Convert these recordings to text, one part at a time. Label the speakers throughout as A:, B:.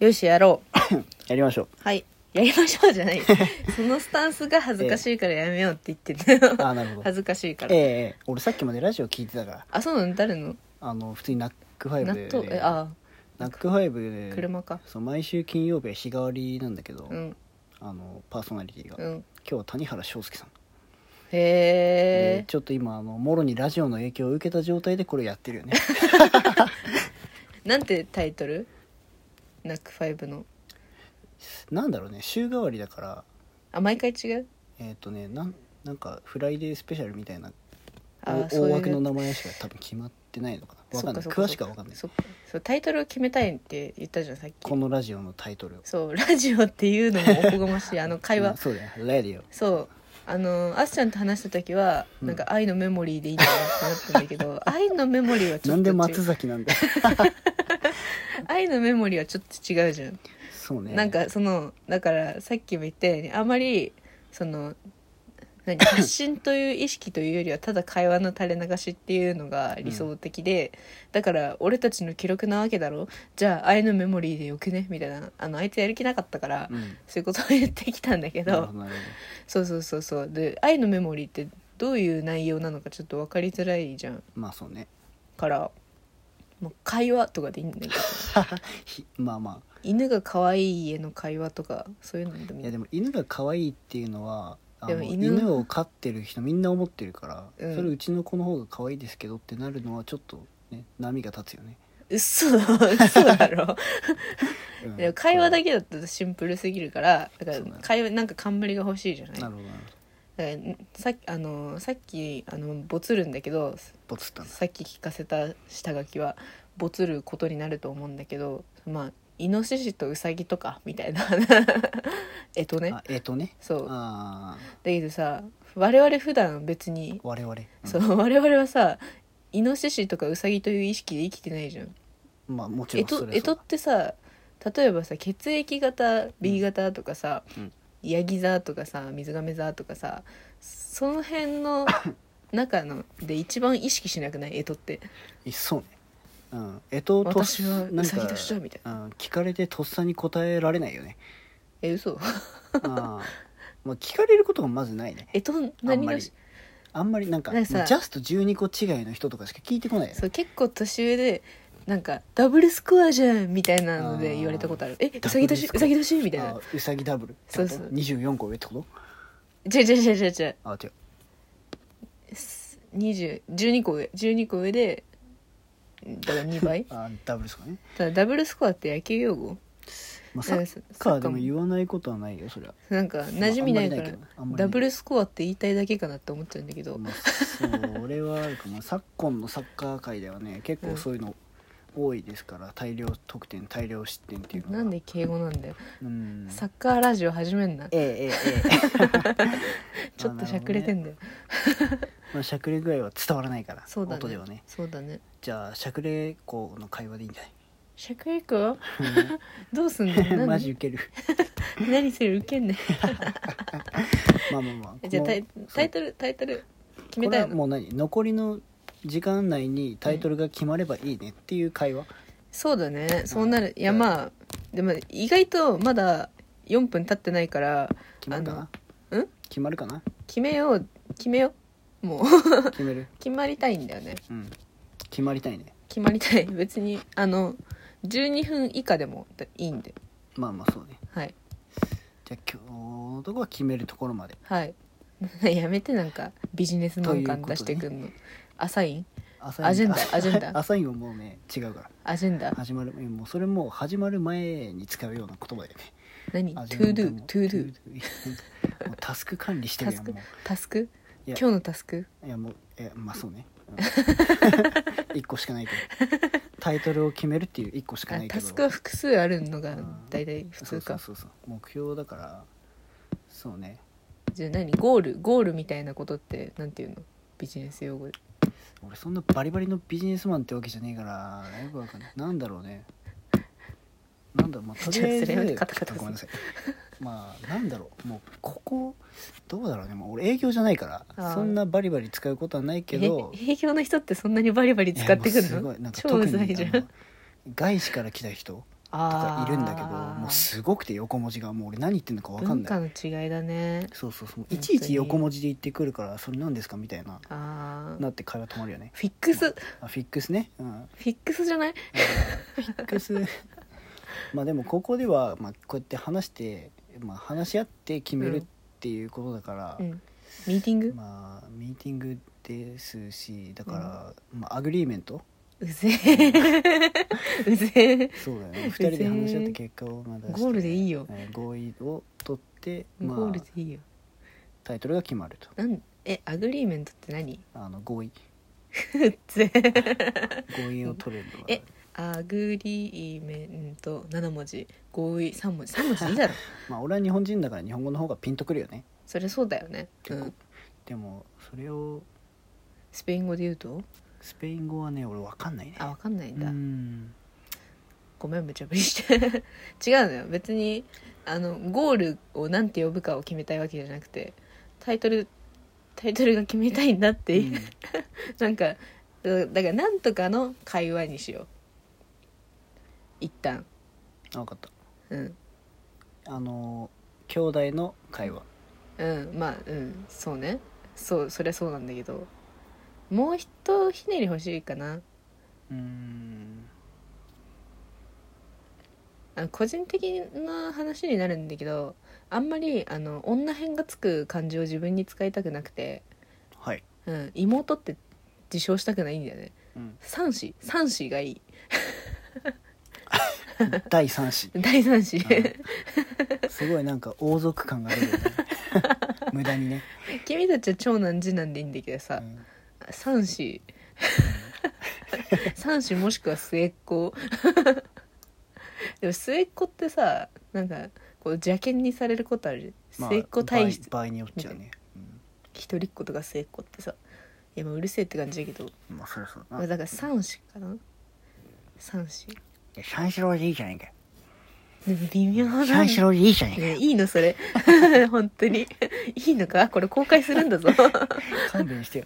A: よしやろう
B: やりましょう
A: はいやりましょうじゃ ないそのスタンスが恥ずかしいからやめようって言ってた
B: あ
A: よ
B: なるほど
A: 恥ずかしいか
B: ええ
A: ら
B: ええ俺さっきまでラジオ聞いてたから
A: あそうなの誰の
B: あの普通にナックファイブ
A: 納
B: で、
A: 豆えあ
B: ナックファイブで
A: 車か
B: そう毎週金曜日は日替わりなんだけど、
A: うん
B: あのパーソナリティが、
A: う
B: 今
A: ん
B: 日は谷原章介さん、で
A: へえ
B: ちょっと今あのもろにラジオの影響を受けた状態でこれやってる よね
A: なんてタイトルナックファイブの
B: なんだろうね週替わりだから
A: あ毎回違う
B: えっ、とねなんなんかフライデースペシャルみたいな
A: あ
B: お
A: そう
B: 大
A: いう
B: 枠の名前しか多分決まってないのかなわかんない
A: そっそっ
B: 詳しくはわかんない
A: そっかそうタイトルを決めたいって言ったじゃんさっき
B: このラジオのタイトルを
A: そうラジオっていうのもおこがましいあの会
B: う
A: 話
B: んそうだよラジオ
A: そうあのあっちゃんと話した時は、
B: うん
A: なんか「愛のメモリー」でいいんだなってなったんだけ ど「愛のメモリー」はちょ
B: な
A: っ
B: ん
A: と
B: で
A: 違
B: 松
A: う
B: 崎なんだ
A: 「愛のメモリー」はちょっと違うじゃん、
B: そうね
A: なんかそのだからさっきも言ったようにあまりその何発信という意識というよりはただ会話の垂れ流しっていうのが理想的で、だから俺たちの記録なわけだろじゃあ「愛のメモリー」でよくねみたいなあのあいつやる気なかったから、
B: うん
A: そういうことを言ってきたんだけ
B: なる
A: ど
B: ほどなるほ
A: そうそうそうそうで「愛のメモリー」ってどういう内容なのかちょっと分かりづらいじゃん
B: どまあそうね
A: からもう会話とかでいいんだけど
B: ひまあま
A: 犬が可愛い家の会話とかそういうので
B: あ
A: も
B: いやでも犬が可愛いっていうのはあの
A: でも
B: 犬
A: 犬
B: を飼ってる人みんな思ってるから、
A: うん
B: それうちの子の方が可愛いですけどってなるのはちょっとね波が立つよね、
A: 嘘だ嘘だろ
B: うん
A: でも会話だ
B: け
A: けだとシンプルすぎるからだから
B: そうだね
A: 会話なんか冠が欲しいじゃない
B: な
A: だ
B: る
A: か
B: ほどなる
A: らさっきあのさっきあのボツるんだけど
B: ほどポツったんだ
A: さっき聞かせた下書きはボツることになると思うんだけどまあイノシシとウサギとかみたいな えっとね
B: あえっ、とね
A: そうだ
B: あ
A: けどさ我々普段別に
B: あ、我々、うん
A: そう我々はさイノシシとかウサギという意識で生きてないじゃん
B: まあもちろ
A: え
B: んそ
A: と
B: れ
A: え
B: はそ
A: と
B: う
A: っ、てさ例えばさ血液型 B 型とかさ、
B: うん
A: ヤギ座とかさ水亀座とかさその辺 の中ので一番意識しなくないえとって
B: えそうねうんえとと
A: 私はウサギとし
B: な
A: た
B: んか
A: みたいな
B: うん、聞かれてとっさに答えられないよね
A: え 嘘
B: ああまあ聞かれることがまずないね
A: えと
B: あん
A: 何
B: ま
A: の
B: りあんまりなんか
A: なんかさ
B: もうジャスト12個違いの人とかしか聞いてこないよね
A: そう結構年上でなんかダブルスコアじゃんみたいなので言われたことあるえ
B: ダ
A: う
B: ブ
A: さ
B: ル
A: ぎ
B: ス
A: 年
B: コア
A: うさぎ年みたいな
B: あうさぎダブルって
A: そ
B: こ
A: う
B: と
A: そう
B: 24個上ってこと
A: 違う違う違う違う違う
B: あ違う
A: 20 12個上12個上でだから2倍
B: あダブルですかね、
A: ただダブルスコアって野球用語
B: まあ、サ
A: なんかサ
B: ッ
A: ッ
B: カ
A: カ
B: ー
A: ー
B: でも言わないことはないよそりゃ
A: なんか馴染みないから、
B: まああんまりないけどねあんまりない
A: ダブルスコアって言いたいだけかなって思っちゃうんだけど、
B: まあ、そう俺はあるか も昨今のサッカー界ではね結構そういうの多いですから、大量得点大量失点っていうのが
A: なんで敬語なんだよ、
B: うん
A: サッカーラジオ始めんな
B: ええええええ
A: ちょっとしゃくれてんだよ、
B: まあしゃくれ具合は伝わらないから
A: そうだ
B: 音
A: ね
B: ではね
A: そうだね
B: じゃあしゃくれ子の会話でいいんじゃ
A: しゃくれか
B: な
A: どうすんの
B: いマ
A: 何
B: ジ ウケる
A: 何するウケ んね
B: まあまあまあ
A: じゃあ
B: この
A: タイ
B: そう
A: タイトルタイトル決めたい
B: これは
A: の
B: もう何残りの時間内にタイトルが決まればいいねっていう会話、
A: そうだねそうなるいや
B: うん
A: まあでも意外とまだ4分経ってないから
B: 決まるか
A: あ
B: なん決まるか な
A: 決めよう決めようもう
B: 決める
A: 決まりたいんだよね
B: うん決まりたいね
A: 決まりたい別にあの12分以下でもいいんで
B: まあまあそうね
A: はい
B: じゃあ今日のとこは決めるところまで
A: はい やめてなんかビジネスマン感出してくんの、アサイン
B: ア
A: アジェンダアジェ ンダ
B: アサインはもうね違うから
A: アジェンダ
B: 始まるもうそれもう始まる前に使うような言葉だよね
A: 何ト
B: アジ
A: ゥ
B: ェ
A: ー
B: ン
A: ド
B: ダ
A: ゥ
B: も
A: トゥードゥ
B: do もうタスク管理して
A: タ
B: る
A: ス
B: やんも
A: ク
B: う
A: タスク
B: いや
A: 今日のタスク
B: いやもうえまあそう ね、うん、1個しかないけどタイトルを決めるっていう1個しか
A: あ
B: ないけ
A: タ
B: ど
A: スクは複数あるのが
B: うん
A: 大体普通か
B: そうそうそうそう目標だからそうね
A: じゃあ何ゴールゴールみたいなことってなんていうのビジネス用語で
B: 俺そんなバリバリのビジネスマンってわけじゃねえからよくわかんないなんだろうねなんだろうまあとりあえ
A: ちょっとそれやめ
B: ず
A: てカタカタする
B: ごめんなさいまあなんだろうもうここどうだろうねもう俺営業じゃないか
A: あ
B: ら
A: ー
B: そんなバリバリ使うことはないけど
A: え営業の人ってそんなにバリバリ使ってく
B: いやもうす
A: る
B: ご
A: の
B: いなんか
A: 超
B: 特
A: う
B: に
A: ざいじゃ
B: あの
A: ん
B: 外資から来た人とか
A: あ
B: いるんだけどもうすごくて横文字がもう俺何言ってんのか分かん
A: 文
B: ない
A: 化の違いだね
B: そうそうそう
A: 当
B: い
A: に
B: ちいち横文字で言ってくるからそれ何ですかみたいな
A: あー
B: なって会話止まるよね
A: フィックスフ
B: あフィックスね、うん、
A: ィックスじゃない
B: フィックス まあでも高校では、まあ、こうやって話して、まあ、話し合って決めるっていうことだから、
A: うんミーティング
B: まあミーティングですしだから、まあ、アグリーメント
A: うぜ えうぜえ
B: そうだよ ね二人で話し合って結果をまだ
A: ゴールでいいよ
B: 合意を取って、ま
A: ゴール
B: あ
A: で、いいよ
B: タイトルが決まると
A: なんえアグリーメントって何
B: あの合意
A: うぜえ
B: 合意を取れるのが
A: えアグリーメント7文字合意3文字3文字でいいだ ろ
B: まあ俺は日本人だから日本語の方がピンとくるよね
A: そりゃそうだよね、う
B: 結構
A: ん、
B: でもそれを
A: スペイン語で言うと
B: スペイン語はね俺わかんないね
A: あわかんないん
B: う
A: だ、
B: ん
A: ごめん無茶ぶりして 違うのよ別にあのゴールをなんて呼ぶかを決めたいわけじゃなくてタイトルタイトルが決めたいんだっていう、
B: うん
A: なんかだだからなんとかの会話にしよう一旦
B: あわかった
A: うん
B: あの兄弟の会話
A: うんまあうんそうねそうそりゃそうなんだけどもうひとひねり欲しいかな
B: うん
A: あの個人的な話になるんだけどあんまりあの女編がつく漢字を自分に使いたくなくて
B: はい、
A: うん、妹って自称したくないんだよね
B: うん、
A: 三子三子がいい
B: 第三子
A: 第三子
B: すごいなんか王族感があ るよね無駄にね、
A: 君たちは長男次男でいいんだけど
B: う
A: さ、
B: ん
A: 三子三子もしくは末っ子でも末っ子ってさなんかこう邪険にされることある
B: まあ
A: 末っ子体質
B: 場合場合によっちゃね、
A: 一人っ子とか末っ子ってさいやまあうるせえって感じだけど、
B: うん、まあそうそう
A: まあ、だから三子かな三子
B: 三四郎でいいじゃないかよ
A: でも微妙な
B: 三四郎でいいじゃないかよ
A: ね、いいのそれ 本当にいいのかこれ公開するんだぞ
B: 勘弁してよ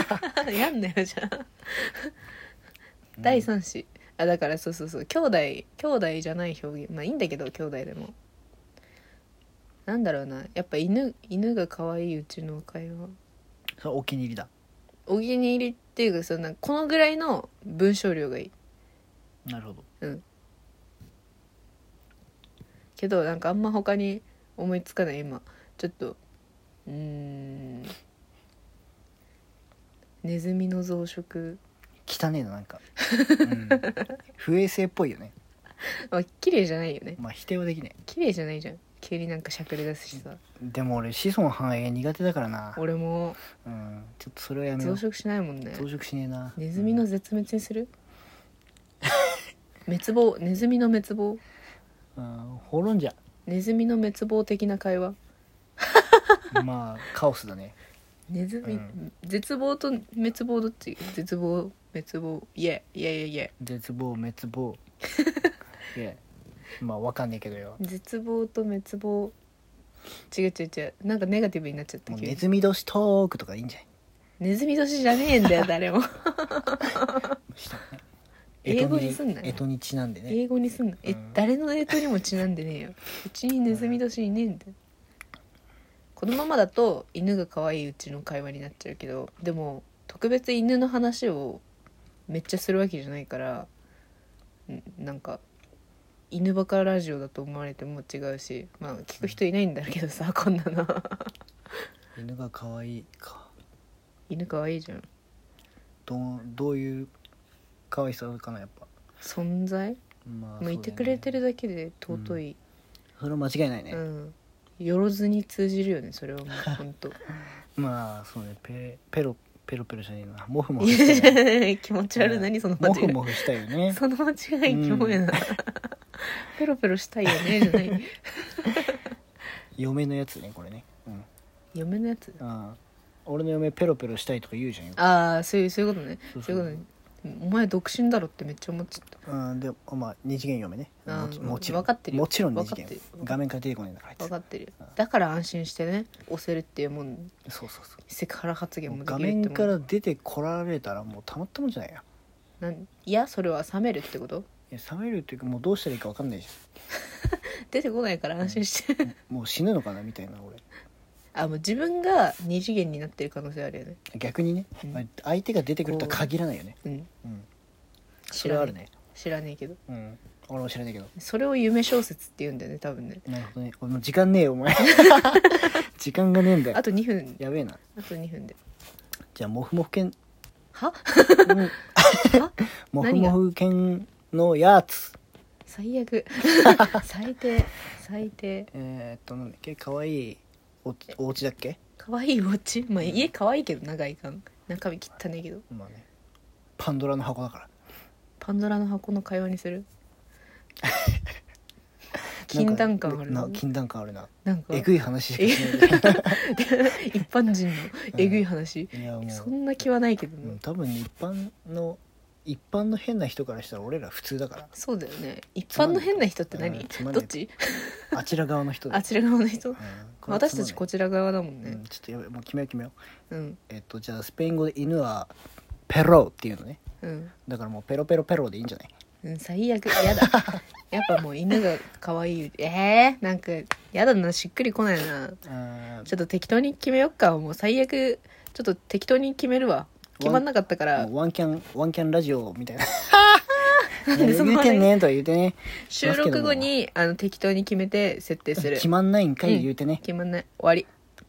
A: やんなよじゃあ、 第三子あだからそうそうそう兄弟兄弟じゃない表現まあいいんだけど兄弟でもなんだろうなやっぱ犬犬が可愛いうちの会話
B: それお気に入りだ
A: お気に入りっていうかそのなんかこのぐらいの文章量がいい
B: なるほど
A: けどなんかあんま他に思いつかない今ちょっとうーんネズミの増殖
B: 汚ねえななんか、うん、不衛生っぽいよね
A: まあ綺麗じゃないよね
B: まあ否定はできない
A: 綺麗じゃないじゃん急になんかしゃくれ出すしさ
B: でも俺子孫繁栄が苦手だからな、
A: 俺も
B: うん、ちょっとそれはやめ
A: 増
B: よう増
A: 殖しないもんね
B: 殖しねえな
A: ネズミの絶滅にする滅亡ネズミの滅亡
B: うん、滅んじゃ
A: ネズミの滅亡的な会話
B: まあカオスだね
A: ネズミ、
B: うん
A: 絶望と滅亡どっち絶望滅亡いえいえいえ
B: 絶望滅 亡いやまあわかんねえけどよ
A: 絶望と滅亡違う違う違うなんかネガティブになっちゃった
B: もう
A: 急に
B: ネズミ同士トークとかいいんじゃない
A: ネズミ年じゃねえんだよ 誰も
B: したね
A: 英語にすんなよ
B: えとにちなんでね
A: 英語にすんのえ、
B: うん
A: 誰の英語にもちなんでねえ ようちにネズミ年いねえんだよこのままだと犬が可愛いうちの会話になっちゃうけどでも特別犬の話をめっちゃするわけじゃないからんなんか犬バカラジオだと思われても違うしまあ聞く人いないんだけどさ、こんなの
B: 犬が可愛いか
A: 犬可愛いじゃん
B: どうどういう可愛さかなやっぱ
A: 存在
B: まあ
A: もういてくれてる
B: だ
A: だけで尊い、
B: それは間違いないうね、
A: んよろずに通じるよねそれはもう本当
B: まあそうねペペロペロペロじゃねえなモフモフしたいね
A: 気持ち悪い、
B: うん
A: 何その間
B: モ
A: 違
B: フ
A: い
B: モフしたいよね
A: その間違いキモいな、ペロペロしたいよねじゃない
B: 嫁のやつねこれねうん
A: 嫁のやつ
B: ああ俺の嫁ペロペロしたいとか言うじゃんよ
A: ああそういうそういうことね
B: そう
A: そ
B: そうう
A: いうことねお前独身だろってめっちゃ思っちゃった
B: うんでまあ二次元嫁ね
A: ああ
B: もちもちろん
A: 分かってるよ
B: もちろん二次
A: 分かって
B: 元
A: る
B: 画面から出てこないんだからあいつ
A: 分かってるよだから安心してね押せるっていうもん
B: そうそうそう
A: セクハラ発言もで
B: 画
A: きるってもん
B: 面から出てこられたらもうたまったもんじゃないや
A: なんいやそれは冷めるってこと
B: いいや冷めるっていうかもうどうしたらいいか分かんないじ
A: 出てこないから安心して
B: ゃんもう死ぬのかなみたいな俺
A: あもう自分が二次元になってる可能性あるよね
B: 逆にね、
A: うん
B: まあ相手が出てくるとは限らないよね
A: うん
B: うんそ
A: 知
B: れ
A: ら
B: は
A: な
B: あ
A: い
B: るね
A: 知らねえけど
B: うん俺も知らないけど
A: それを夢小説って言うんだよね多分ね
B: なるほどね俺もう時間ねえよ お前時間がねえんだよ
A: あと2分
B: やべえな
A: あと2分で
B: じゃあモフモフ犬
A: は
B: うん
A: は
B: モフモフ犬のやつ
A: 最 悪最低最低
B: えー、っとなんだっけかわいいおお家だっけ
A: 可愛いお家まあ家可愛いけど長い間中身汚ねえけど
B: まあねパンドラの箱だから
A: パンドラの箱の会話にす る禁断感ある
B: な
A: なん
B: かな禁断感あるな
A: なんか
B: えぐい話しかし ない
A: 一般人のえぐい話、
B: いやもう
A: そんな気はないけど
B: う
A: ね、
B: ん多分ね一般の一般の変な人からしたら俺ら普通だから
A: そうだよね一般の変な人って何
B: うんつまん
A: ど
B: ない
A: っち
B: あちら側の人だ
A: あちら側の人、
B: うんこれ
A: 私たちこちら側だもん
B: うん
A: ね
B: ちょっとやべもう決めよう決めよう
A: うん
B: えっとじゃあスペイン語で犬はペロっていうのね
A: うん、
B: だからもうペロペロペロでいいんじゃない
A: うん、最悪やだ やっぱもう犬が可愛いえー、なんかやだなしっくりこないな
B: あ
A: ちょっと適当に決めよっかもう最悪ちょっと適当に決めるわ決まんなかったから
B: ワンキャンワンキャンラジオみたいな
A: んで そこ
B: 言う
A: まで
B: てんねんとは言うてね
A: 収録後にあの適当に決めて設定する
B: 決まんないんか
A: う
B: い
A: ん
B: 言うてね、
A: 決まんない終わり